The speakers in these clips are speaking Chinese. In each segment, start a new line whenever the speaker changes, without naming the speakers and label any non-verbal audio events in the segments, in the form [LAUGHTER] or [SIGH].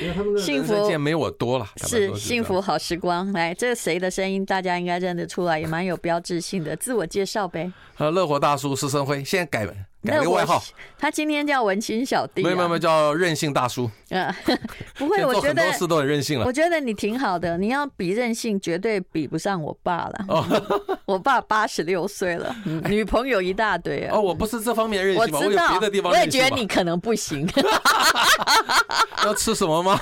因为他们的
幸
人
福
生见没我多了，坦白
是
说这
幸
样
福好时光。来，这谁的声音？大家应该认得出来，也蛮有标志性的。自我介绍呗。
呃，乐活大叔施生辉现在改改
那
了个
我
外号，
他今天叫文青小弟、啊。
没有没有没有，叫任性大叔，
嗯， [LAUGHS] 不会，
现在
我
做
觉
很
得
多事都很任性了
[LAUGHS] 我。觉得你挺好的，你要比任性，绝对比不上我爸了。
哦
[LAUGHS] 我爸八十六岁了，嗯女朋友一大堆
[LAUGHS]
啊。
哦，我不是这方面任
我
性吧？我
知
有
道
别的地，方
我也
任性
觉得
吧
你？可能不行，
要吃什么
[LAUGHS]
吗？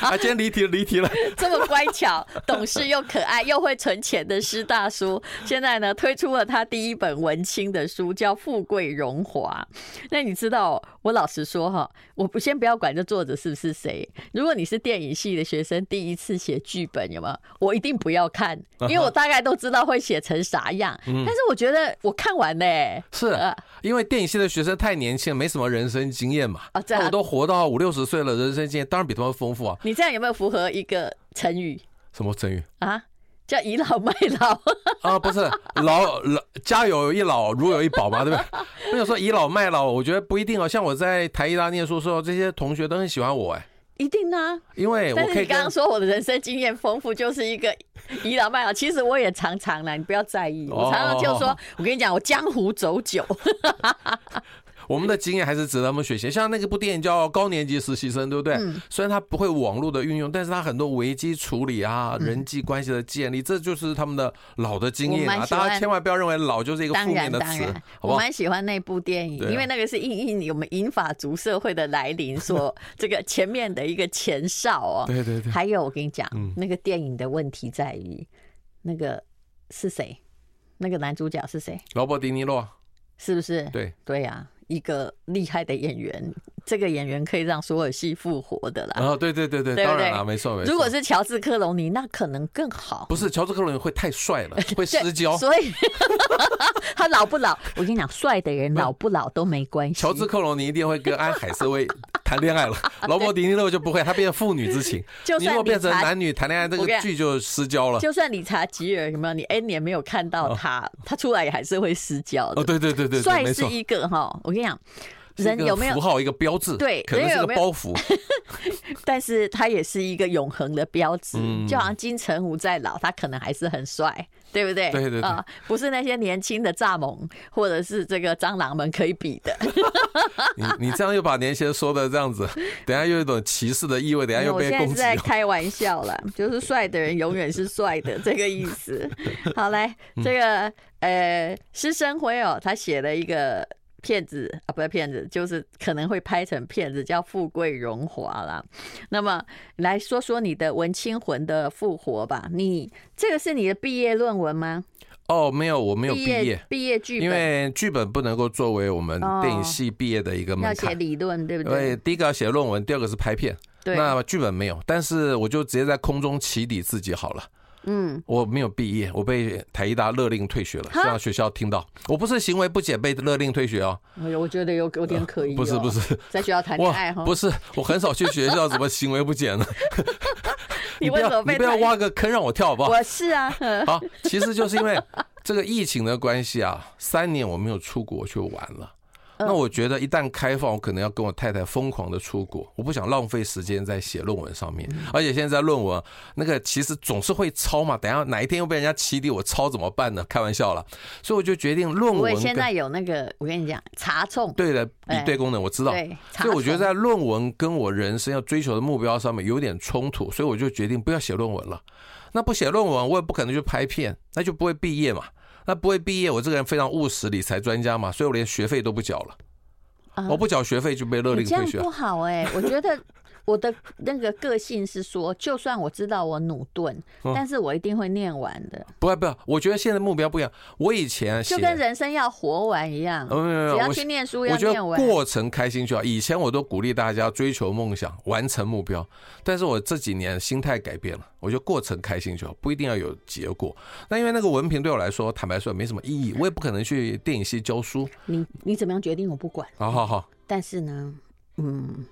啊，今天离题了，离题了。
这么乖巧、懂事又可爱又会存钱的施大叔， [LAUGHS] 现在呢推出了他第一本文青的书，叫《富贵荣华》。那你知道，我老实说哈，我不先不要管这作者是不是谁，如果你是电影系的学生，第一次写剧本有没有？我一定不要看，因为我大概都知道会写成啥样。但是我觉得我看完嘞、
是啊
呃
因为电影系的学生太年轻，没什么人生经验嘛。
啊这样
那我都活到五六十岁了，人生经验当然比他们丰富啊。
你这样有没有符合一个成语
什么成语
啊？叫倚老卖老。 [LAUGHS]
啊？不是老老家有一老，如有一宝嘛，对不对？ [LAUGHS] 那有时候倚老卖老，我觉得不一定哦。像我在台艺大念书的时候，这些同学都很喜欢我哎，
一定啊！
因为我
[LAUGHS] 但是
可以
你
跟
刚刚说我的人生经验丰富，就是
[LAUGHS]
一个倚老卖老。其实我也常常啦，你不要在意。我常常就说
哦，
我跟你讲，我江湖走久，
我们的经验还是值得他们学习。像那个部电影叫《高年级实习生》，对不对？
嗯
虽然他不会网络的运用，但是他很多危机处理啊、人际关系的建立，这就是他们的老的经验
我
啊
蛮。喜欢
大家千万不要认为老就是一个负
当
面
然
的
当
词
然，，
好不
我
好？
蛮喜欢那部电影，
对啊
因为那个是应应我们银法族社会的来
[LAUGHS]
临所这个前面的一个前哨哦。
对对
[LAUGHS]
对，
还有我跟你讲
嗯，
那个电影的问题在于，那个是谁？那个男主角是谁？
劳勃迪尼洛，
是不是？
对，
对呀、一个厉害的演员，这个演员可以让所有戏复活的啦。
然哦后对对对对，
啊对不
当然
对
了，没错没错。
如果是乔治·克隆尼，那可能更好。
不是乔治克隆会太帅
[LAUGHS]
了，会
对
失焦。
所以 [LAUGHS] 他老不老，我跟你讲，帅的人老不老都没关系。
乔治克隆尼一定会跟安海瑟薇谈恋
[LAUGHS]
爱了，劳勃迪尼洛就不会，他变父女之情。
就
你如
算
果
理
变成
查，
男女谈恋爱，这
我跟
个
你
剧就失焦了。
就算理查吉尔有没有？你 N 年没有看到他，他出来也还是会失焦的。
哦，对对对对，对
帅
没
是
错。
一个哈，我跟你讲，
是
人
一个
有没有
符号一个标志？
对
可能
人
是
有
个
没有
包袱。
但是他也是一个永恒的标志，
嗯
就好像金城武再老，他可能还是很帅，对不对？
对对对
啊、不是那些年轻的蚱蜢或者是这个蟑螂们可以比的。
你你这样又把年轻人说的这样
[LAUGHS]
子，等一下又有一种歧视的意味，等一下又
我
被
现在
攻
是
击哦
在
了。
开玩笑啦， [LAUGHS] 就是帅的人永远是帅的这个意
[LAUGHS]
思。好，来
嗯
这个呃，施生辉哦，他写了一个。骗子啊，不是骗子，就是可能会拍成骗子，叫《富贵荣华》啦。那么来说说你的文青魂的复活吧。你这个是你的毕业论文吗？
哦，没有，我没有毕
业
业，
毕业剧
因
本
为剧本不能够作为我们
哦
电影系毕业的一个
要
门
写
槛。
理论，对不
因为
对？
第一个要写论文，第二个是拍片，
对，
那剧本没有，但是我就直接在空中起底自己好了。
嗯，
我没有毕业，我被台艺大勒令退学了，
哈
让学校听到。我不是行为不检被勒令退学哦，
哎呦我觉得有有点可疑、
呃
哦
不是不，是，
在学校谈恋爱哦
哇，
哈，
不是，我很少去学校，怎么行为不检呢？
[LAUGHS] 你
不
为什
要，
么被
你不要
谈
挖个坑让我跳好不好？
我是啊，
好，其实就是因为这个疫情的关系啊，三年我没有出国去玩了。
嗯
那我觉得一旦开放，我可能要跟我太太疯狂的出国，我不想浪费时间在写论文上面。
嗯
而且现在论文那个其实总是会抄嘛，等一下哪一天又被人家起底，我抄怎么办呢？开玩笑了，所以我就决定论
不
文
会，
跟
现在有那个，我跟你讲，查重，
对的比对功能我知道，
对，查
所以我觉得
重
在论文跟我人生要追求的目标上面有点冲突，所以我就决定不要写论文了。那不写论文，我也不可能去拍片，那就不会毕业嘛。那不会毕业，我这个人非常务实，理财专家嘛，所以我连学费都不缴了。
啊
我不缴学费就被勒
你
令
这样
退学
不。好哎、我觉得我的那个个性是说，就算我知道我努顿，
嗯
但是我一定会念完的，
不要不要，我觉得现在目标不一样。我以前写
就，跟人生要活完一样，
呃没有没有
只要
我
去念书要
我觉
念
得
完。
过程开心就好。以前我都鼓励大家追求梦想，完成目标，但是我这几年心态改变了，我觉得过程开心就好，不一定要有结果。那因为那个文凭对我来说，坦白说也没什么意义，我也不可能去电影系教书。
你你怎么样决定我不管，
好好好，
但是呢，嗯，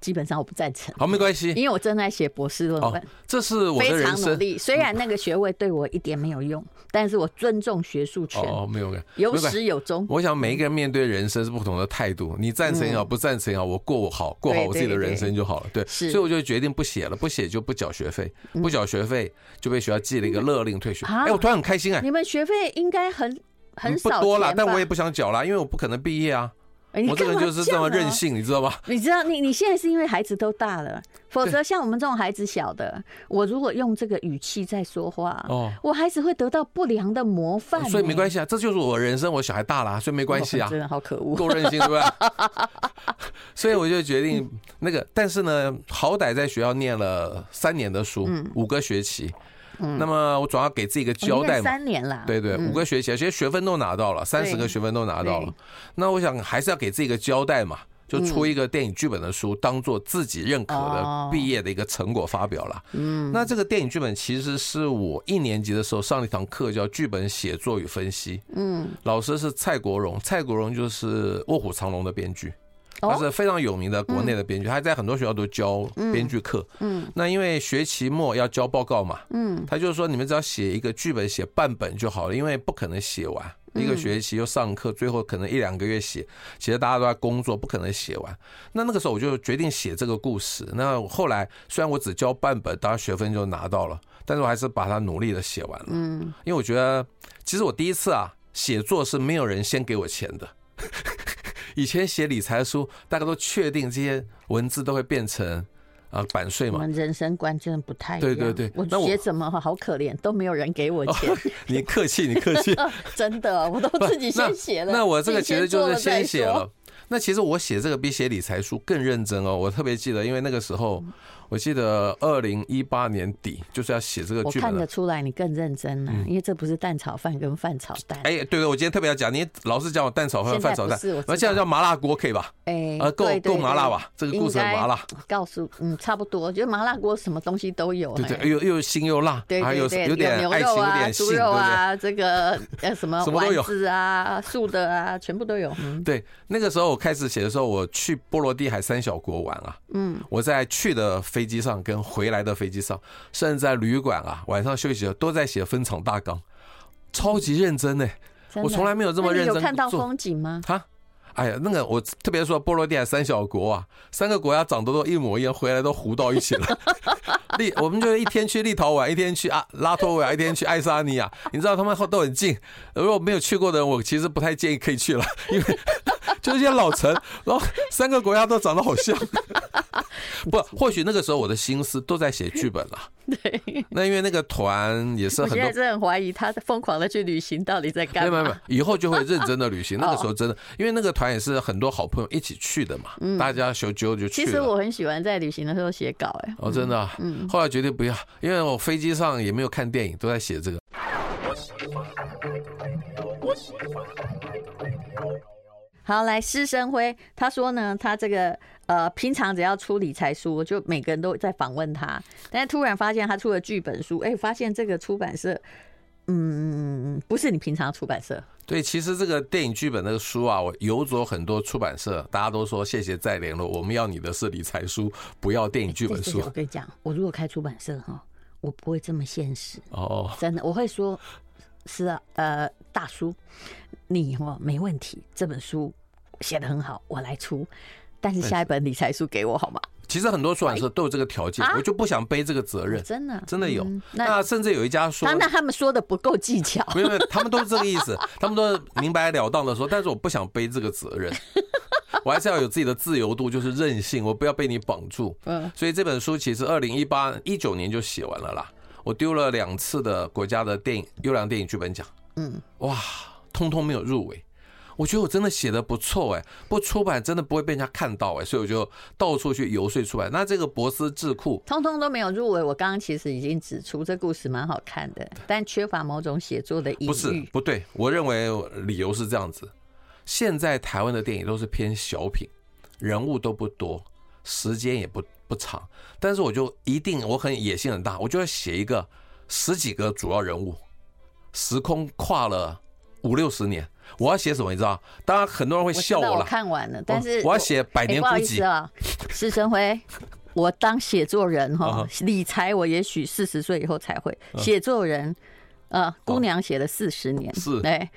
基本上我不赞成，
好，没关系。
因为我正在写博士论文
哎哦，，这是我的
嗯非
人
常努
生。嗯
力。虽然那个学位对我一点没有用，但是我尊重学术权，
哦，没有没有
有
没关系。
始有终。
我想每一个人面对人生是不同的态度，你赞成也好，不赞成也好，我过我好，过好
对
我自己的
对
人生就好了。对，所
是嗯
以我就决定不写了，不写就不缴学费，不缴学费就被学校记了一个勒令退学。
啊
哎，我突然很开 [LAUGHS] 心哎，
你们学费应该很很
嗯不
少
多啦，
钱
但
吧
我也不想缴啦，因为我不可能毕业啊。
哎你
我这个人
干嘛
就是这么
样啊
任性，你知道吧？
你知道，你你现在是因为孩子都大了，否则像我们这种孩子小的，我如果用这个语气在说话，
哦
我孩子会得到不良的模范、欸
所以没关
系，
系啊，这就是我人生，我小孩大啦，所以没关系啊。
哦真的好可恶。
够任性，对不对？所以我就决定那个，但是呢，好歹在学校念了三年的书，五个学期，那么我总要给自己一个交
我
代
念
嘛。
三年啦，
对对，
嗯
五个学期，其实学分都拿到了，三十个学分都拿到了
对。
那我想还是要给自己一个交代嘛，就出一个电影剧本的书，当做自己认可的
哦
毕业的一个成果发表了。嗯，那这个电影剧本其实是我一年级的时候上了一堂课，叫剧本写作与分析。
嗯，
老师是蔡国荣，蔡国荣就是《卧虎藏龙》的编剧，他
哦，
是非常有名的国内的编剧，他在很多学校都教编剧课。
嗯
那因为学期末要交报告嘛，
嗯，
他就说你们只要写一个剧本，写半本就好了，因为不可能写完。一个学期又上课，最后可能一两个月写，写的大家都在工作，不可能写完。那那个时候我就决定写这个故事。那我后来虽然我只交半本，当然学分就拿到了，但是我还是把它努力的写完了。
嗯，
因为我觉得，其实我第一次啊，写作是没有人先给我钱的。 [LAUGHS] 以前写理财书，大家都确定这些文字都会变成啊版税
我
嘛。
们人生观真的不太一样。
对对对
我
那我
写怎么好可怜，都没有人给我钱，
你客气，你客气。
[LAUGHS] 真的，我都
[LAUGHS]
自己先写了。
那我这个
自己
其实
做
就是先
再
写
说。
了。那其实我写这个比写理财书更认真哦。我特别记得，因为那个时候，
嗯
我记得二零一八年底就是要写这个
我
剧
看
本
得
了。嗯
出来你更认真了，因为这不是蛋炒饭跟饭炒蛋。
哎，对对，我今天特别要讲，你老是讲我蛋炒饭、
现在
饭炒
不
蛋
是我，
那
知
现在
道
叫麻辣锅可以吧？
哎
啊，够
对对
够麻辣
对
吧？这个故事很
应该
麻辣。
告诉嗯，差不多，就麻辣锅什么东西都有。
对
哎
对，又又腥又辣，
对
还
对
有
对，
有点
牛
爱情，
肉
有
啊、
点性，
猪
对
肉
不
啊，这个呃什么
什么都有
丸子啊、素的啊，全部都有。嗯
对？对，那个时候我开始写的时候，我去波罗的海三小国玩啊，
嗯，
我在去的飞机上跟回来的飞机上，甚至在旅馆啊，晚上休息的时候都在写分场大纲，超级认真呢、
真的
我从来没有这么
那你
认真
有看到
做
风景
[LAUGHS]
吗？
哈。哎呀，那个我特别说波罗的海三小国啊，三个国家长得都一模一样，回来都糊到一起了。立，我们就一天去立陶宛，一天去啊拉脱维亚，一天去爱沙尼亚。你知道他们都很近，如果没有去过的人，我其实不太建议可以去了， [LAUGHS] 因为就是一些老城，然后三个国家都长得好像。不，或许那个时候我的心思都在写剧本了。对，那因为那个团也是
我
很
现
多
在真的很怀疑他疯狂的去旅行到底在
没
干
有没有没有
嘛。，
以后就会认真的旅
[LAUGHS]
行。那个时候真的，因为那个团也是很多好朋友一起去的嘛，大家小九就去
嗯
了。
其实我很喜欢在旅行的时候写稿，哎，
哦，真的、啊，后来决定不要，因为我飞机上也没有看电影，都在写这个。
好，来施生辉，他说呢，他这个呃，平常只要出理财书，就每个人都在访问他，但是突然发现他出了剧本书，哎、发现这个出版社，嗯，不是你平常出版社，
对，其实这个电影剧本那个书啊，我游走很多出版社，大家都说谢谢再联络，我们要你的是理财书，不要电影剧本
这
书
嗯这。我跟你讲，我如果开出版社哈，我不会这么现实，
哦，
真的，我会说，是啊，呃，大叔，你哦没问题，这本书写的很好，我来出，但是下一本理财书给我好吗？
其实很多出版社都有这个条件，
啊
我就不想背这个责任，
真的，
真的有
嗯。那
那甚至有一家说
当，然他们说的不够技巧。
没有没有，他们都是这个意思，他们都是明白了当的说，但是我不想背这个责任，我还是要有自己的自由度，就是任性，我不要被你绑住。
嗯，
所以这本书其实二零一八一九年就写完了啦，我丢了两次的国家的电影优良电影剧本奖，
嗯，
哇，通通没有入围。我觉得我真的写的不错哎，不出版真的不会被人家看到哎，所以我就到处去游说出版。那这个博斯智库
通通都没有入围。我刚刚其实已经指出，这故事蛮好看的，但缺乏某种写作的隐喻。
不是不对，我认为理由是这样子：现在台湾的电影都是偏小品，人物都不多，时间也不不长。但是我就一定，我很野心很大，我就要写一个十几个主要人物，时空跨了五六十年，我要写什么？你知道？当然很多人会
我知
笑
道我
了。
看完了，但是
我要写百
哎
年
不好
孤
意思
寂，
啊，施生辉，我当写作人哈
啊，
理财我也许四十岁以后才会写作人。呃，姑娘写了四十年，
哦是啊
哎，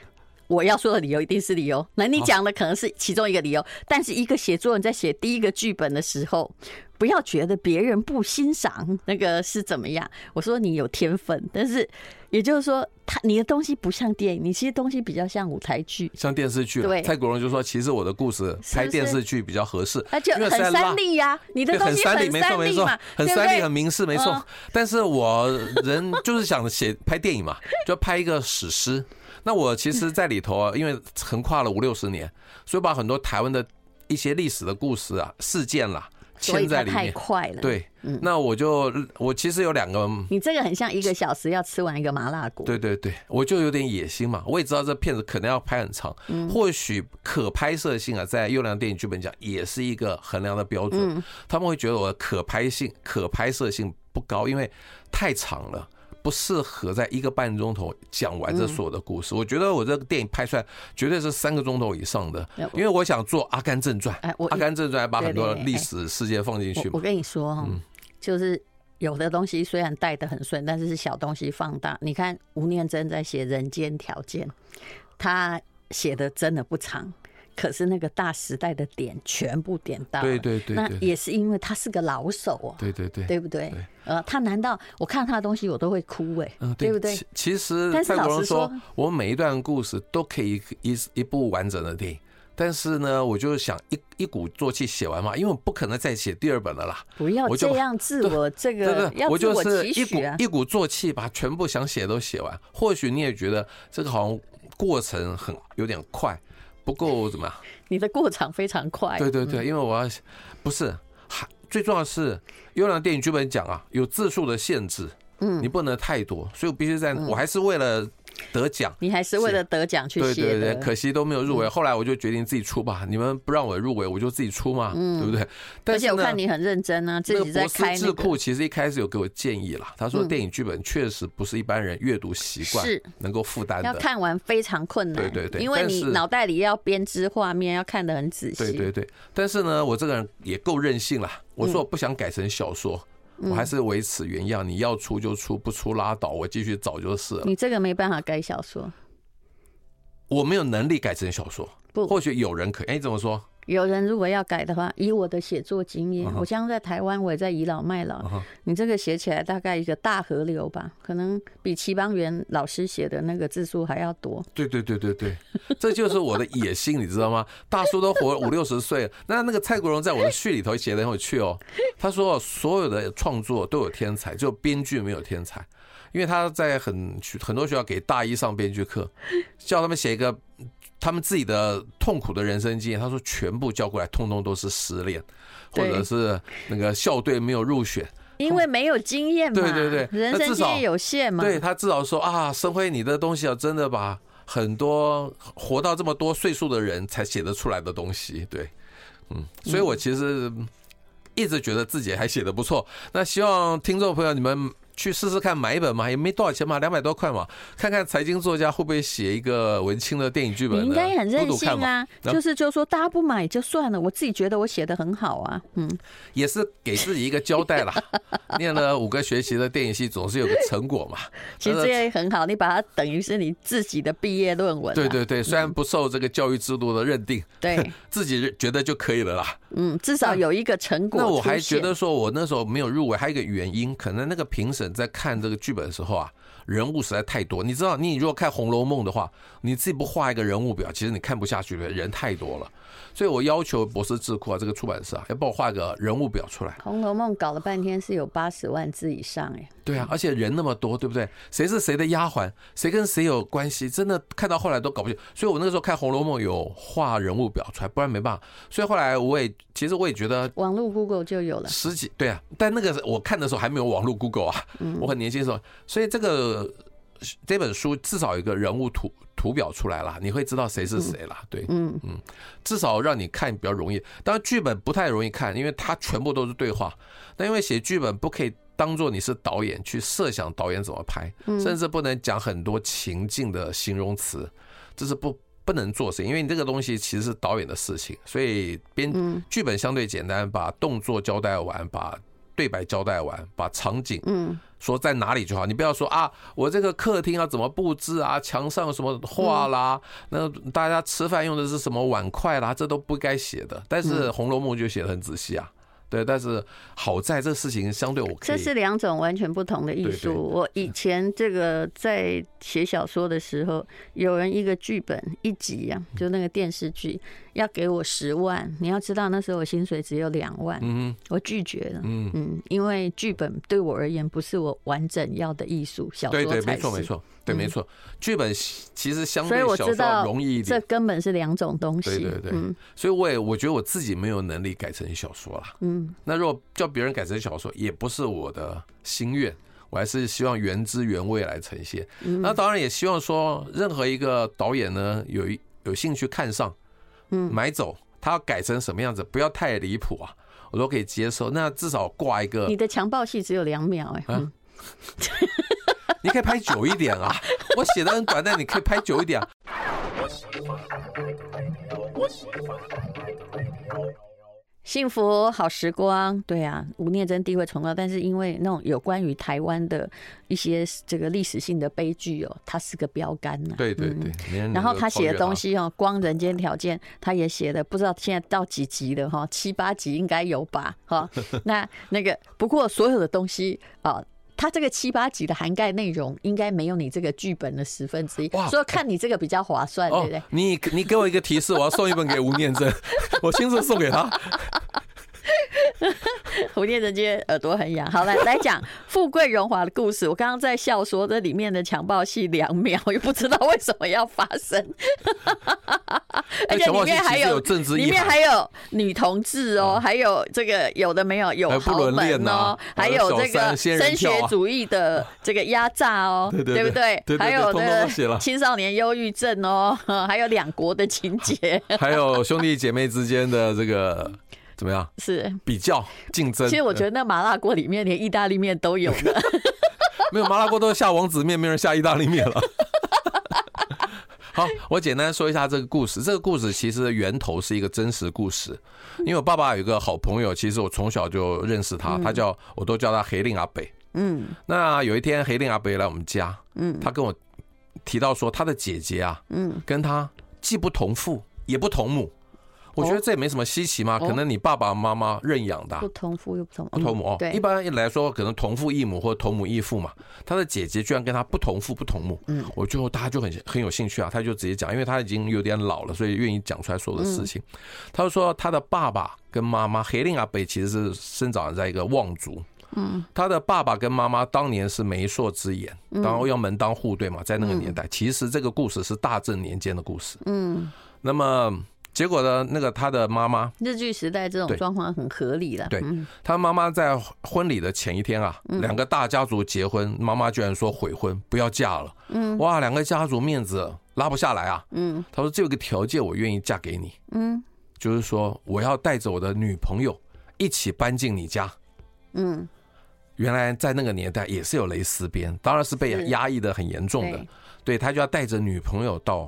我要说的理由一定是理由。那你讲的可能是其中一个理由，但是一个写作人在写第一个剧本的时候，不要觉得别人不欣赏那个是怎么样。我说你有天分，但是也就是说，他你的东西不像电影，你其实东西比较像舞台剧。
像电视剧了。
对
蔡国荣就说，其实我的故事
是
拍电视剧比较合适，
而且
因为
很
实在
三
拉
立呀、你的
对，
东
很
西
三
很
立，没错
三
没
立
错
嘛，，
很
对不
三立，
对
很明示，没错
嗯。
但是我人就是想写拍电影嘛， [LAUGHS] 就拍一个史诗。那我其实，在里头啊，因为横跨了五六十年，所以把很多台湾的一些历史的故事啊、事件啦，
所以
嵌
它
在里
太
面。
快了。，嗯
对，那我就我其实有两个，
你这个很像一个小时要吃完一个麻辣锅。
对对对，我就有点野心嘛。我也知道这片子可能要拍很长，
嗯
或许可拍摄性啊，在优良电影剧本奖也是一个衡量的标准。
嗯
他们会觉得我的可拍性、可拍摄性不高，因为太长了。不适合在一个半钟头讲完
嗯
这所有的故事。我觉得我这个电影拍出来绝对是三个钟头以上的
哎，我
因为我想做《阿甘正传
哎我》。
阿甘正传还把
对
很多
对对
历
哎
史事件放进去嗯
我我
嘛。
跟你说哈、就是有的东西虽然带的很顺，但是是小东西放大。你看吴念真在写《人间条件》，他写的真的不长，可是那个大时代的点全部点到了。
对对对
那
对对
也是因为他是个老手哦、
对对对，
对不对
对？
呃，他难道我看他的东西我都会哭哎、
嗯，
对不对？
其其实
但是
蔡国
老
荣
实
说
说，
我每一段故事都可以一一部完整的电影，但是呢，我就是想一一鼓作气写完嘛，因为我不可能再写第二本了啦，
不要
我就
这样自我，这
对
个
不对？
要
我
自
就
我
是一
期
鼓
许啊。
一鼓作气把全部想写都写完。或许你也觉得这个好像过程很有点快，不够怎么样？
你的过场非常快，
对对对，因为我要不是还最重要的是优良电影剧本奖啊，有字数的限制，嗯，你不能太多，所以我必须
嗯
在，我还是为了得奖。
你还是为了得奖去
对
写
对
的嗯
对，。可惜都没有入围。后来我就决定自己出吧，你们不让我入围，我就自己出嘛，对不对？
嗯而
但
且
是
我
呢
看，你很认真啊，
那
自
个
己在
博士
开那
智
个嗯
库其实一开始有给我建议啦，他说电影剧本确实不是一般人阅读习惯
是
能够负担
要
的。
看完非常困难，
对对对
因为
但
你
是
脑袋里要编织画面，要看得很仔细。
对对对，但是呢，我这个人也够任性啦。我
嗯
说我不想改成小说，我还是维持原样，你要出就出，不出拉倒，我继续找就是了。
你这个没办法改小说，
我没有能力改成小说，
不
或许有人可以。哎，你怎么说？
有人如果要改的话，以我的写作经
嗯
验，我像在台湾，我也在倚老卖老。你这个写起来大概一个大河流吧，可能比齐邦媛老师写的那个字数还要多。
对对对对对，这就是我的野心，你知道吗？大叔都活了五六十岁了，那那个蔡国荣在我的序里头写的很有趣哦。他说所有的创作都有天才，只有编剧没有天才，因为他在很很多学校给大一上编剧课，叫他们写一个他们自己的痛苦的人生经验。他说全部叫过来，通通都是失恋，或者
对
是那个校队没有入选。
因为没有经验嘛，
对对对那
人生
至
经
少
验有限嘛，
对他至少说啊，生辉，你的东西啊，真的把很多活到这么多岁数的人才写得出来的东西，对，嗯，所以我其实一直觉得自己还写得不错。那希望听众朋友你们去试试看，买一本嘛，也没多少钱嘛，两百多块嘛，看看财经作家会不会写一个文青的电影剧本呢？
你应该很任
读读
性
看嘛，
啊，
那
就是就说大家不买就算了，我自己觉得我写的很好啊，嗯，
也是给自己一个交代啦。 [LAUGHS] 念了五个学期的电影系，总是有个成果嘛。
其
但
实这
是
也很好，你把它等于是你自己的毕业论文、啊，
对对对，虽然不受这个教育制度的认定，
对，
自己觉得就可以了啦。
嗯，至少有一个成果
那我
出
还觉
现
得说，我那时候没有入围，还有一个原因，可能那个评审在看这个剧本的时候啊，人物实在太多。你知道，你如果看《红楼梦》的话，你自己不画一个人物表，其实你看不下去的，人太多了。所以我要求博士智库啊，这个出版社啊，要帮我画一个人物表出来。
《红楼梦》搞了半天是有八十万字以上哎、
对啊，而且人那么多，对不对？谁是谁的丫鬟，谁跟谁有关系，真的看到后来都搞不清。所以我那个时候看《红楼梦》有画人物表出来，不然没办法。所以后来我也其实我也觉得
网络 Google 就有了。
十几对啊，但那个我看的时候还没有网络 Google 啊，
嗯
我很年轻的时候，所以这个这本书至少有一个人物图图表出来了，你会知道谁是谁了。对，
嗯
嗯，至少让你看比较容易。当然剧本不太容易看，因为它全部都是对话。那因为写剧本不可以当做你是导演去设想
嗯
导演怎么拍，甚至不能讲很多情境的形容词，这是不不能做事，因为你这个东西其实是导演的事情，所以编
嗯
剧本相对简单，把动作交代完，把对白交代完，把场景
嗯
说在哪里就好，你不要说啊，我这个客厅要怎么布置啊，墙上有什么画啦，
嗯
那大家吃饭用的是什么碗筷啦，这都不该写的。但
嗯
是《红楼梦》就写的很仔细啊，对，但是好在这事情相对我可
这
以
是两种完全不同的艺
对对
术。我以前这个在写小说的时候，有人一个剧本一集呀、就那个
嗯
电视剧，要给我十万。你要知道那时候我薪水只有两万，
嗯
我拒绝了。
嗯，
嗯，因为剧本对我而言不是我完整要的艺术，小
对
说
对，
才是。嗯
没错没错，对没错，剧本其实相
所以
对
我
小
知道
说容易一
这
点，
根本是两种东西。
对对对
嗯，
所以我也我觉得我自己没有能力改成小说啦。
嗯，
那如果叫别人改成小说，也不是我的心愿，我还是希望原汁原味来呈现。
嗯
那当然也希望说，任何一个导演呢，有一有兴趣看上，
嗯
买走，他要改成什么样子，不要太离谱啊，我都可以接受。那至少挂一个
你，的强暴戏只有两秒哎、
啊
嗯
[LAUGHS] 你可以拍久一点啊。我写的很短，但你可以拍久一
[LAUGHS]
点、啊。
嗯幸福好时光，对啊，吴念真地位崇高，但是因为那种有关于台湾的一些这个历史性的悲剧哦，它是个标杆呢、
对对
嗯
对，没人能够
然后他写的东
超
西哦，光人间条件他也写的，不知道现在到几集了哈，七八集应该有吧
[LAUGHS]
哈。那那个不过所有的东西啊。他这个七八集的涵盖内容，应该没有你这个剧本的十分之一，
哇
所以看你这个比较划算，
越他哦
对不对？，
你你给我一个提示，我要送一本给吴念真， [LAUGHS] 我亲自送给他。
[LAUGHS] 胡念人间耳朵很痒。好来来讲富贵荣华的故事。我刚刚在笑说这里面的强暴戏两秒，又不知道为什么要发生，而且
强
里
暴戏
面
其
还
实有啊政治
里
意
面
涵
还有女同志哦，还有这个有的没有有
啊还有不
豪
伦恋
门
呐，
哦还
还有
有
小
这个
三仙人
升学
跳啊
主义的这个压榨哦，
[LAUGHS] 对对
不对
对对？对
还有
通通
那
都写
个
了
青少年忧郁症哦， [LAUGHS] 还有两国的情节
还有兄弟姐妹之间的这个怎么样
是。
[LAUGHS] 比较竞争？
其实我觉
得
得那麻辣锅里面连意大利面都有的。
没有麻辣锅都下王子面，没人下意大利
[LAUGHS]
面了。好，我简单说一下这个故事。这个故事其实源头是一个真实故事，因为我爸爸有一个好朋友，其实我从小就认识他，他叫我都叫他黑令阿北。
嗯
那有一天黑令阿北来我们家，
嗯
他跟我提到说他的姐姐啊，
嗯，
跟他既不同父也不同母，我觉得这也没什么稀奇嘛，
哦
可能你爸爸妈妈认养的啊、
不同父又不同母
不同母哦
嗯，对，
一般来说可能同父异母或同母异父嘛。他的姐姐居然跟他不同父不同母，
嗯，
我就大家就很很有兴趣啊，他就直接讲，因为他已经有点老了，所以愿意讲出来所有的事情。
嗯
他就说他的爸爸跟妈妈黑令阿啊北其实是生长在一个望族，嗯，他的爸爸跟妈妈当年是媒妁之言，
嗯
然后要门当户对嘛，在那个年代，其实这个故事是大正年间的故事。
嗯，
那么结果呢，那个他的妈妈
日剧时代这种
对
状况很合理了。
对
嗯
他妈妈在婚礼的前一天啊，两个大家族结婚，妈妈居然说悔婚，不要嫁了。
嗯
哇，两个家族面子拉不下来啊。
嗯
他说这有个条件，我愿意嫁给你，
嗯
就是说我要带着我的女朋友一起搬进你家。
嗯，
原来在那个年代也是有蕾丝边，当然是被
是
压抑的很严重的
对。。
对他就要带着女朋友到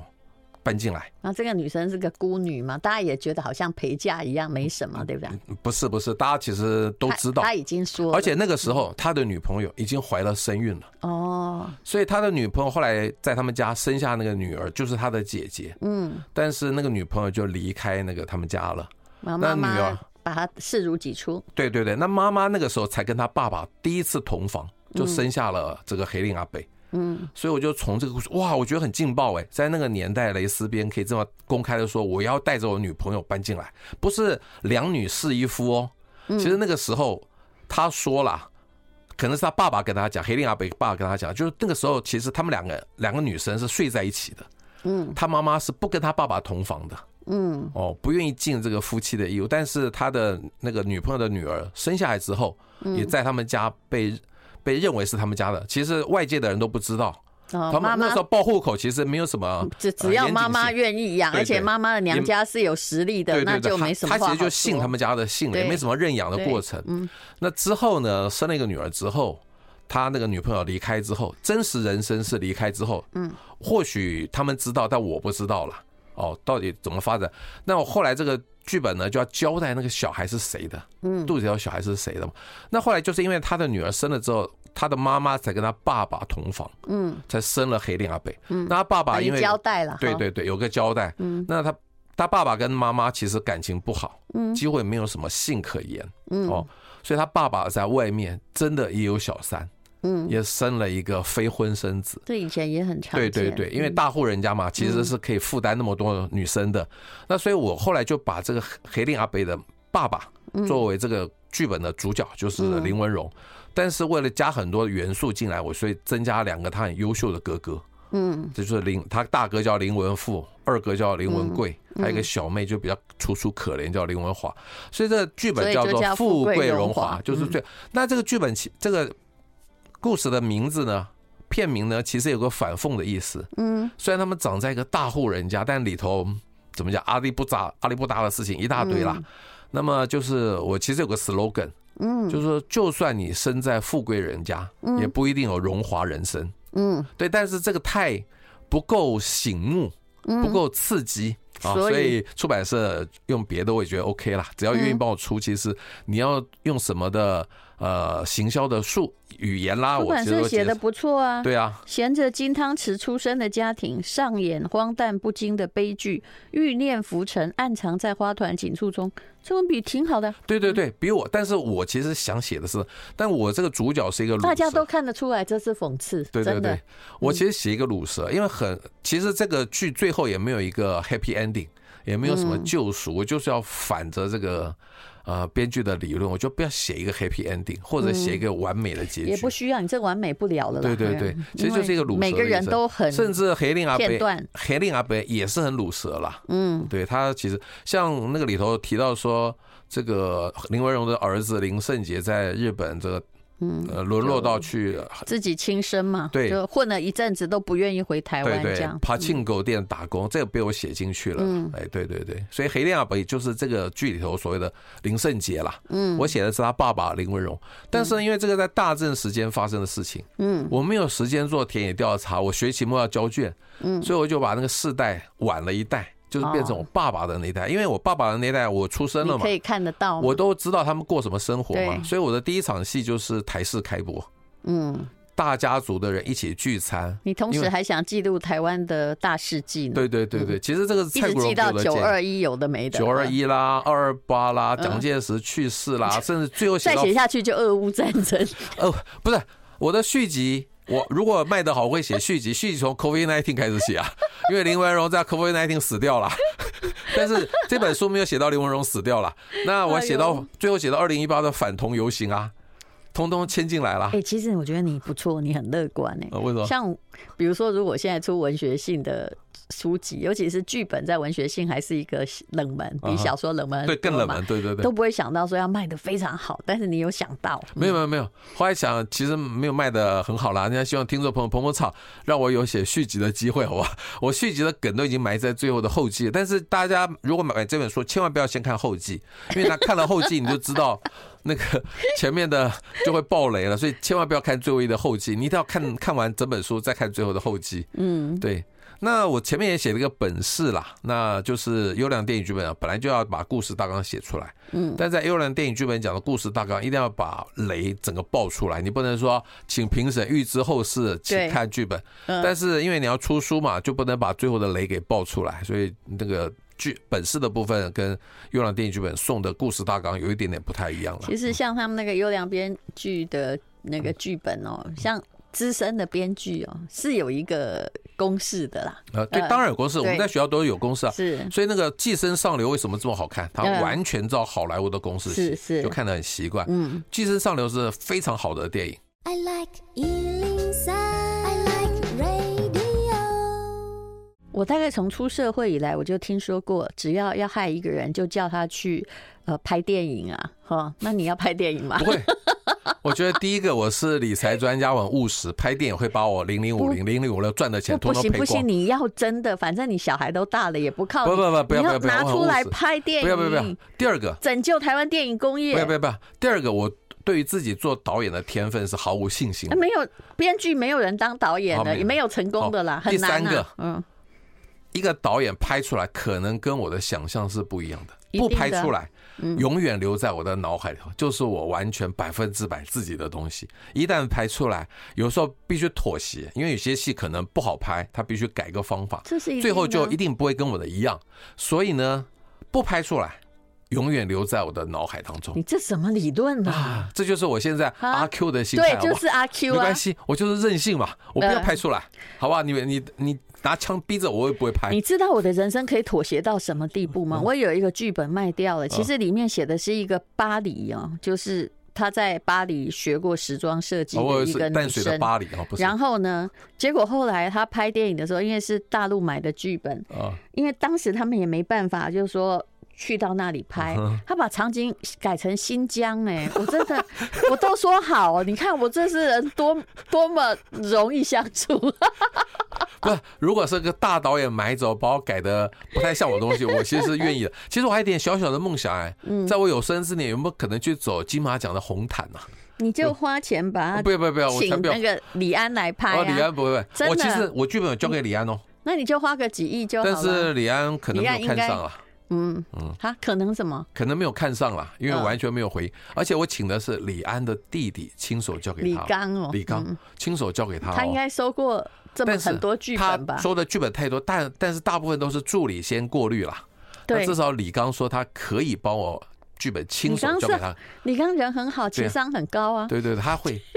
搬进来，
然后这个女生是个孤女嘛，大家也觉得好像陪嫁一样，没什么，对不对？
不是不是，大家其实嗯都知道
她，她已经说了，嗯
而且那个时候他的女朋友已经怀了身孕了。
哦，
所以他的女朋友后来在他们家生下那个女儿，就是他的姐姐。
嗯，
但是那个女朋友就离开那个他们家了。
然后
那
妈
女
妈
儿
把她视如己出，
对对对，那妈妈那个时候才跟他爸爸第一次同房，就生下了这个黑令阿北。
嗯
所以我就从这个故事，哇，我觉得很劲爆哎、在那个年代，蕾丝边可以这么公开的说，我要带着我女朋友搬进来，不是两女侍一夫哦。
嗯
其实那个时候他说啦，可能是他爸爸跟他讲，黑令阿北爸爸跟他讲，就是那个时候其实他们两个两个女生是睡在一起的。
嗯
他妈妈是不跟他爸爸同房的
嗯
哦，不愿意尽这个夫妻的义务。但是他的那个女朋友的女儿生下来之后，
嗯
也在他们家被被认为是他们家的。其实外界的人都不知道，
哦，
他
妈
们那
妈
时候报户口其实没有什么，
只只
呃
要
严谨
妈妈
性
愿意养，
对
而且
对
妈妈的娘
也
家是有实力的，
对
那
对对，
就
他
没什么
他
话
其实就
好
信
说
他们家的姓了，也
对
没什么认养的过程。
嗯
那之后呢，生了一个女儿之后，他那个女朋友离开之后，真实人生是离开之后，
嗯，
或许他们知道，但我不知道了。哦，到底怎么发展？那我后来这个剧本呢，就要交代那个小孩是谁的，
嗯，
肚子里有小孩是谁的嘛。那后来就是因为他的女儿生了之后，他的妈妈才跟他爸爸同房，
嗯，
才生了黑令阿贝。
嗯
那他爸爸
等
因
于
为
交代了，
对
哈，
对对，有个交代。
嗯
那他他爸爸跟妈妈其实感情不好，
嗯
几乎也没有什么性可言
嗯
哦，所以他爸爸在外面真的也有小三，
嗯，
也生了一个非婚生子。
这以前也很常
对
见，
对对，因为
嗯
大户人家嘛，其实是可以负担那么多女生的。那所以我后来就把这个黑黑令阿北的爸爸
嗯
作为这个剧本的主角，就是林文荣。但是为了加很多元素进来，我所以增加两个他很优秀的哥哥，
嗯
这就是林，他大哥叫林文富，二哥叫林文贵，
嗯
还有一个小妹就比较楚楚可怜，叫林文华。所以这个剧本叫
所以就
做
叫
《
富
富
贵
贵
荣
荣
华
华》，就是
嗯
最。那这个剧本其这个故事的名字呢，片名呢，其实有个反讽的意思。
嗯
虽然他们长在一个大户人家，但里头怎么讲，阿里不杂、阿里不达的事情一大堆啦。
嗯
那么就是我其实有个 slogan，
嗯
就是说，就算你身在富贵人家，
嗯
也不一定有荣华人生。
嗯
对，但是这个太不够醒目，
嗯，
不够刺激。啊，
所以
所以出版社用别的我也觉得 OK 啦，只要愿意
嗯
帮我出，其实你要用什么的呃行销的术语言啦，
出
啊我
版
其实
社
都
写
接
的
受
不错啊。
对啊，
衔着金汤匙出生的家庭，上演荒诞不经的悲剧，欲念浮沉，暗藏在花团锦簇中。这文笔挺好的，
对对
嗯
对，比我，但是我其实想写的是，但我这个主角是一个
大
鲁
家都
蛇，
看得出来这是讽刺，
对对
真的嗯
对，我其实写一个鲁蛇，因为很，其实这个剧最后也没有一个 happy ending，也没有什么
嗯
救赎，我就是要反着这个呃编剧的理论，我就不要写一个 happy ending，或者写一个完美的结
嗯也
局
不。需要你这完美不了了啦。
对对对
嗯，
其实就是一个
因为
鲁蛇的
每
意思，
个人都很
甚至黑令阿
片
北，
段，
黑令阿北也是很鲁蛇啦。
嗯
对他其实像那个里头提到说，这个林文荣的儿子林圣杰在日本这个
嗯，
呃，沦落到去
自己亲生嘛，
对
就混了一阵子都不愿意回台
对
湾这
对
样，
爬庆狗店打工，这个被我写进去了。
嗯
哎，对对对，所以黑亮北就是这个剧里头所谓的林圣杰啦。
嗯
我写的是他爸爸林文荣，但是呢因为这个在大正时间发生的事情，
嗯
我没有时间做田野调查，我学期末要交卷，
嗯
所以我就把那个世代晚了一代，就是变成我
哦
爸爸的那一代，因为我爸爸的那一代我出生了
你
嘛
可，以看得到嘛，
我都知道他们过什么生活
对
嘛，所以我的第一场戏就是台式开播，
嗯，
大家族的人一起聚餐。
你同
因
时
为
还想记录台湾的大事迹呢，，
对对对对，其实这个是
嗯一
蔡
直
国荣给
记到
我的
九
建议。
二一有的没的，
九二
嗯
一啦，二二八啦，
嗯
蒋介石去世
[LAUGHS]
啦，甚至最后写
再
到
写下去就俄乌战争。
[LAUGHS] 呃，不是我的续集，我如果卖得好，我会写续集。续集从 COVID nineteen 开始写啊， [LAUGHS] 因为林文荣在 COVID nineteen 死掉了， [LAUGHS] 但是这本书没有写到林文荣死掉了。那我写
哎
到
呦
最后写到二零一八的反同游行啊，通通牵进来了
哎、。其实我觉得你不错，你很乐观哎、
呃，为什么？
像比如说，如果现在出文学性的书籍，尤其是剧本，在文学性还是一个冷门，比
嗯哼
小说冷门很
对，更
多
冷
嘛
门，，对对对
都。不会想到说要卖的非常好，但是你有想到，
[LAUGHS] 没有没有没有，后来想其实没有卖的很好啦，人家希望听众朋友捧捧场，让我有写续集的机会，好吧？我续集的梗都已经埋在最后的后记了，但是大家如果买这本书，千万不要先看后记，因为他看了后记你就知道 [LAUGHS] 那个前面的就会爆雷了，所以千万不要看最后一的后记，你一定要看看完整本书再看最后的后记。
嗯
对，那我前面也写了一个本事啦，那就是优良电影剧本啊，本来就要把故事大纲写出来。
嗯
但在幽兰电影剧本讲的故事大纲，一定要把雷整个爆出来，你不能说请评审预知后事，
对
请看剧本。
嗯
但是因为你要出书嘛，就不能把最后的雷给爆出来，所以那个剧本事的部分跟幽兰电影剧本送的故事大纲有一点点不太一样了。
其实像他们那个优良编剧的那个剧本哦，像资深的编剧哦，是有一个公式的啦，
呃，对
呃，
当然有公式，我们
对
在学校都有公式啊。
是
所以那个《寄生上流》为什么这么好看？它
嗯
完全照好莱坞的公式
是
写，
是
就，看得很习惯。《
嗯
寄生上流》是非常好的
[LAUGHS]
电影。
I like Ealing Sound. I like radio.
我大概从出社会以来，我就听说过，只要要害一个人，就叫他去呃拍电影啊，哈，那你要拍电影吗
不？会。我觉得第一个我是理财专家，我很务实，拍电影会把我零零五零零零五六赚的钱
不
通通
行
赔
不行，
光。
你要真的，反正你小孩都大了，也不靠你，
不不不不要
你
不
要
要不要
拿
我很
出来
务实
拍电影，
不要不要不要！第二个
拯救台湾电影工业，
不要不要不要！第二个我对于自己做导演的天分是毫无信心
哎。没有编剧，没有人当导演
好没
的，
有
也没有成功的啦，
好
很难
第三
啊
个。
嗯，
一个导演拍出来，可能跟我的想象是不一样的。
一定
不
的嗯
拍出来，永远留在我的脑海里头，就是我完全百分之百自己的东西。一旦拍出来，有时候必须妥协，因为有些戏可能不好拍，他必须改个方法，
这是一定的啊
最后就一定不会跟我的一样。所以呢，不拍出来，永远留在我的脑海当中
你这什么理论呢、
啊！这就是我现在
嗯啊
阿 Q 的心态，
对，
好不好
就是阿 Q
没
啊
关，系，我就是任性嘛，我不要
呃
拍出来，好不好？你你你拿枪逼着我，我也不会拍
你。知道我的人生可以妥协到什么地步
嗯
吗？我有一个剧本卖掉了，其实里面写的是一个巴黎哦，就是她在巴黎学过时装设计
哦
的
我
一
是
个女
淡水的
生。
巴黎啊，不是
然后呢，结果后来她拍电影的时候，因为是大陆买的剧本，
啊，
因为当时他们也没办法，就是说。去到那里拍，
嗯
他把场景改成新疆、哎，我真的， [LAUGHS] 我都说好、你看我这是人多多么容易相处， [LAUGHS]
不是，如果是个大导演买走，把我改的不太像我的东西，我其实是愿意的。其实我还有一点小小的梦想哎，在我有生之年有没有可能去走金马奖的红毯呢、
你就花钱把
不
它
要不要不要，我才
啊请
不要
那。个李安来拍
哦，李
啊
安，不会不
真
会，我
的
其实我剧本有交给李安哦，
那你就花个几亿就好了。
但是李安可能没有看上啊，
嗯嗯，他可能什么？
可能没有看上了，因为
嗯
完全没有回应。而且我请的是李安的弟弟亲手交给
李
他，
刚哦，
李刚
嗯
亲手交给他、哦，
他应该收过这么
但是
很多剧
他
本吧？
说的剧本太多，但但是大部分都是助理先过滤啦。
对
那至少李刚说他可以帮我剧本亲手交给他，
李刚人很好，
对啊
情商很高啊。
对对，对他会。 [LAUGHS]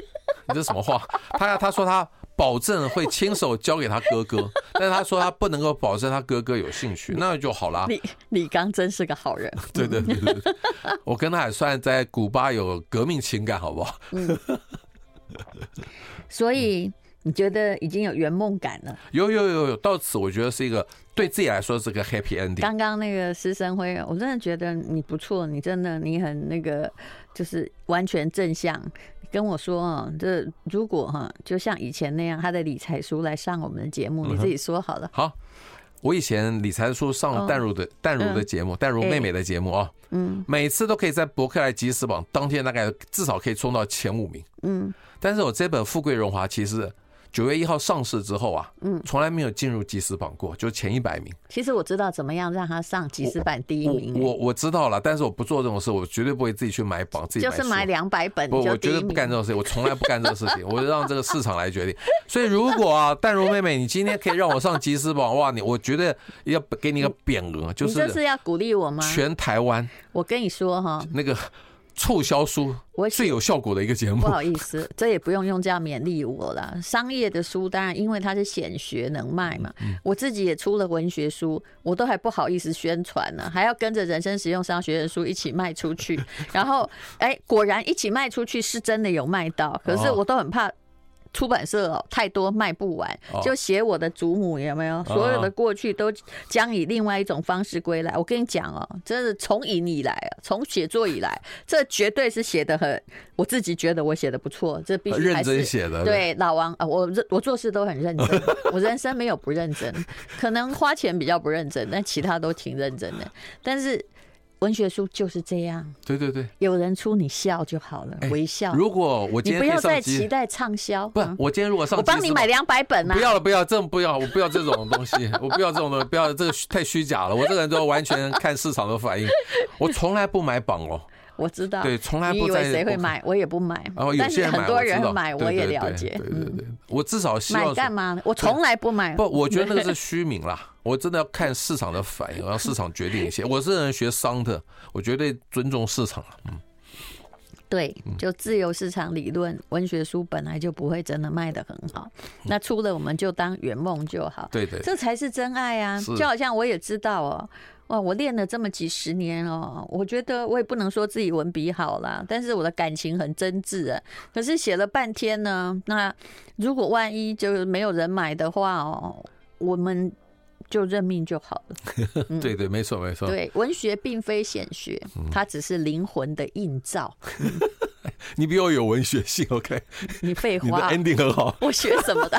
你这什么话？他他说他保证会亲手交给他哥哥， [LAUGHS] 但是他说他不能够保证他哥哥有兴趣，那就好啦。
李李刚真是个好人，
对对对对，对我跟他也算在古巴有革命情感，好不好？
所以你觉得已经有圆梦感了？
有有有有，到此我觉得是一个对自己来说是个 happy ending。
刚刚那个师生辉，我真的觉得你不错，你真的你很那个，就是完全正向。跟我说啊，这如果哈、就像以前那样，他的理财书来上我们的节目，
嗯
你自己说好了。
好，我以前理财书上
哦
淡如的淡如的节目，淡如妹妹的节目啊，
哎嗯
每次都可以在博客来集市榜当天大概至少可以冲到前五名。
嗯，
但是我这本《富贵荣华》其实九月一号上市之后啊，
嗯
从来没有进入集市榜过，就前一百名。
其实我知道怎么样让他上几十版第一名、欸
我我我知道了，但是我不做这种事，我绝对不会自己去买榜，自己
就是
书啊
买两百本
不，
你
我
就
绝
第一
对不
名。
干这种事情，我从来不干这个事情，我就让这个市场来决定。所以，如果啊，淡如妹妹，你今天可以让我上集市榜，哇，你我觉得要给你一个匾额，就
你就是啊
是
要鼓励我吗？
全台湾
我跟你说哈，
那个促销书
我
最有效果的一个节目
不。好意思，这也不用用这样勉励我啦。商业的书当然因为它是显学能卖嘛，
嗯
我自己也出了文学书，我都还不好意思宣传呢、还要跟着人生实用商学院书一起卖出
[LAUGHS]
去。然后哎、果然一起卖出去是真的有卖到，可是
哦
我都很怕。出版社哦，太多卖不完，
哦
就写我的祖母有没有？所有的过去都将以另外一种方式归来。我跟你讲哦，真的从影以来啊，从写作以来，这绝对是写的很，我自己觉得我写的不错，这必须
呃认
还是
真写的
对，老王啊，我认我做事都很认真，
[LAUGHS]
我人生没有不认真，可能花钱比较不认真，但其他都挺认真的。但是文学书就是这样，
对对对，哎
有人出你笑就好了，微笑。
如果我今
你
天
不
可以上
要再期
集，
待畅销，
不
嗯，
我今天如果上集
我
市榜，
帮你买两百本啊呐、
不要了，不要，真不要，我不要这种东西，我不要这种东西，不要这个太虚假了。我这个人都完全看市场的反应，我从来不买榜哦。
我知道，
对从来
你
不
以
在
为谁会买，我也不买。
然后有
但
些
是
人买，
很多
我知道
人买，
对
我也
对
了
对
解。
对对
嗯，
对，我至少希
买
望
干嘛呢？我从来不买。
不，我觉得那个
[LAUGHS]
是虚名啦。我真的要看市场的反应，让市场决定一
[LAUGHS]
切。我是人学商的，我绝对尊重市场。
对，
嗯
就自由市场理论，文学书本来就不会真的卖得很好。那出了我们就当圆梦就好，
嗯对对，
这才是真爱啊！
是
就好像我也知道哦。哇，我练了这么几十年哦，我觉得我也不能说自己文笔好啦，但是我的感情很真挚啊。可是写了半天呢，那如果万一就是没有人买的话哦，我们就认命就好了。
对对，没错没错。
对，文学并非显学，
嗯
它只是灵魂的映照。
你比我有文学性，OK？
[LAUGHS] 你废
[LAUGHS] 你的
话，啊
ending 很
[LAUGHS]
好。
我学什么的？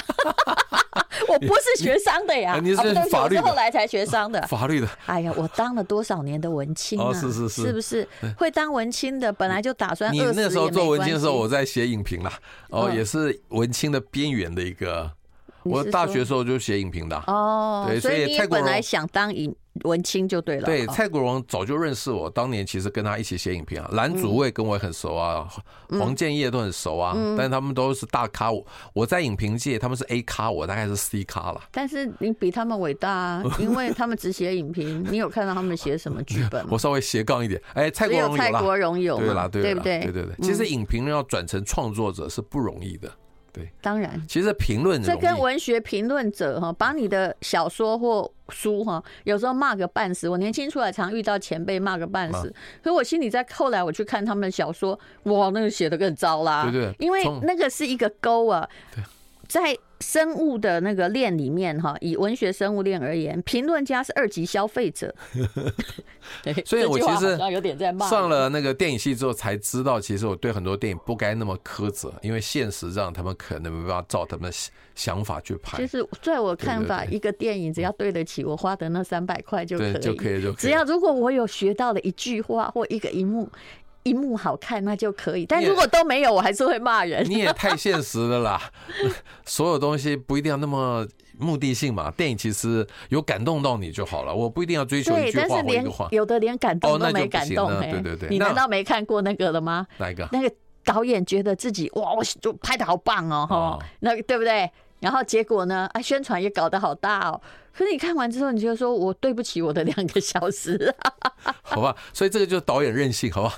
我不是学商的呀，
你 [LAUGHS] 你
啊不对不起
你是法律的
我是后来才学商的。
法律的，
哎呀，我当了多少年的文青啊！
哦是是是
是不是会当文青的？本来就打算
你
饿死
那时候
也没
做文青的时候，
关
我
系
在写影评啦，哦，
嗯
也是文青的边缘的一个
你
我
是
大
说
学时候就写影评的啊、
哦，
对
所
所以
你
蔡
也
国
本来
荣
想当影文青就对了。
对，
哦
蔡国荣早就认识我，当年其实跟他一起写影
嗯
评啊，蓝祖蔚跟我也很熟啊，黄建业都很熟啊，
嗯
但是他们都是大咖，我我在影评界他们是 A 咖，我大概是 C 咖了。
但是你比他们伟
[LAUGHS]
大啊，因为他们只写影评，你有看到他们写什么剧本吗
[LAUGHS] 我？稍微斜杠一点，哎，蔡
只
国
有
荣
蔡
啦，
国荣有
对
嘛，
啦，对
不
啦，
对？嗯
对对对。其实影评人要转成创作者是不容易的，
当然，
其实评论
这
容
跟
易，
文学评论者哈，把你的小说或书哈，有时候骂个半死。我年轻出来常遇到前辈骂个半死，可我心里在后来我去看他们的小说，哇，那个写的更糟啦。
对对
因为
从
那个是一个沟啊，在生物的那个链里面哈，以文学生物链而言，评论家是二级消
[LAUGHS]
费者。对
所以
这
我
句
其
话
实
好像有点在骂
上
人
了那个电影系之后才知道，其实我对很多电影不该那么苛责，因为现实让他们可能没办法照他们的想法去拍
其。实，在我看法，
对对
一个电影只要对得起我花的那三百块就可
对
以，
就可以就可以
只要如果我有学到了一句话或一个一幕，一幕好看，那就可以。但
你也
如果都没有，我还是会骂人。
你也太现实了啦！ [LAUGHS] 所有东西不一定要那么目的性嘛。电影其实有感动到你就好了，我不一定要追求一
对，
句
但
话
是
或一
连
个话。
有的连感动
哦那
都
就
没
不
感
行
动、
了
哎
对对对
你
那
难道没看过那个了吗？
哪一个？ [LAUGHS]
那个导演觉得自己哇，我就拍的好棒哦，哈
哦，
那对不对？然后结果呢？啊，宣传也搞得好大哦。可是你看完之后，你就说我对不起我的两个小时啊
好吧，所以这个就是导演任性，好吧？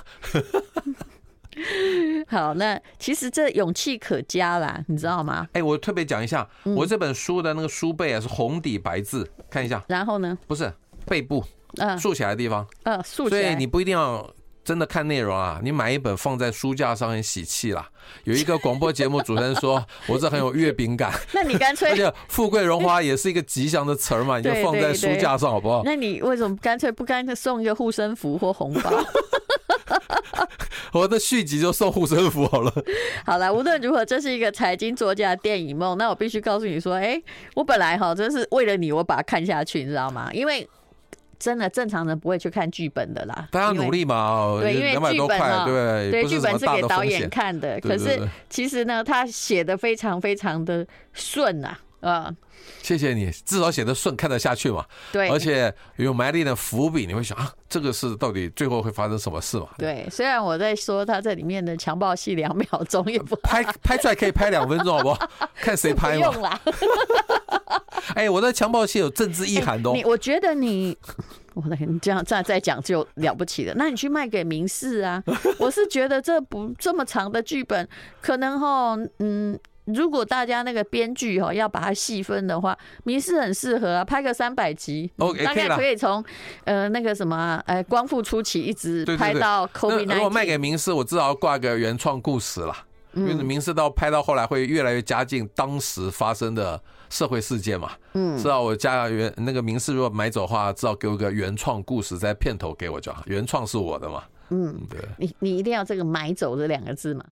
好，那其实这勇气可嘉啦，你知道吗？
哎，我特别讲一下，
嗯
我这本书的那个书背啊是红底白字，看一下，
然后呢，
不是背部
嗯
竖起来的地方，
呃，竖起
所以
来，
你不一定要真的看内容啊，你买一本放在书架上很喜气啦。有一个广播节目主持人说， [LAUGHS] 我这很有月饼感，
那
[LAUGHS]
你干
而
脆，
且“富贵荣华”也是一个吉祥的词儿
[LAUGHS]
嘛，你就
对
放在
对
书
对
架上好不好？
那你为什么干脆不干脆送一个护身符或红
[LAUGHS]
包？
我的续集就送护身符好了。
好了，无论如何，这是一个财经作家的电影梦。那我必须告诉你说，哎、我本来哈，真是为了你，我把它看下去，你知道吗？因为真的正常人不会去看剧本的啦，
大家
因为
努力嘛，哦
[LAUGHS] 对因为
两百多
剧本
块，
啊
对，
对，
不
剧
是什
本
么
是
大
给
的
导
风
演
险。
看的，
对对
可是
对
其实呢，他写的非常非常的顺啊，啊、
谢谢你，至少写的顺，看得下去嘛。
对，
而且有埋了一点伏笔，你会想啊，这个是到底最后会发生什么事嘛？
对，虽然我在说他这里面的强暴戏两秒钟
[LAUGHS]
也不
拍拍出来可以拍两分钟，好不
[LAUGHS]
好？看谁
不
拍嘛 [LAUGHS]
用。啦，
哎，我的强暴戏有政治意涵的哦
你。我觉得你，我的你这样再再讲就了不起了。那你去卖给明视啊，我是觉得这不这么长的剧本，可能哈，嗯。如果大家那个编剧哈要把它细分的话，明视很适合啊，拍个三百集
哦也
大
可以
概
啦
可以从呃那个什么啊呃光复初期一直
对对
拍
对
到
那
COVID
如果卖给名师，我至少要挂个原创故事啦，因为名师到拍到后来会越来越加进当时发生的社会事件嘛。嗯，至少我加原那个名师如果买走的话，至少给我个原创故事在片头给我就好，原创是我的嘛。嗯，对。
你你一定要这个“买走”这两个字嘛。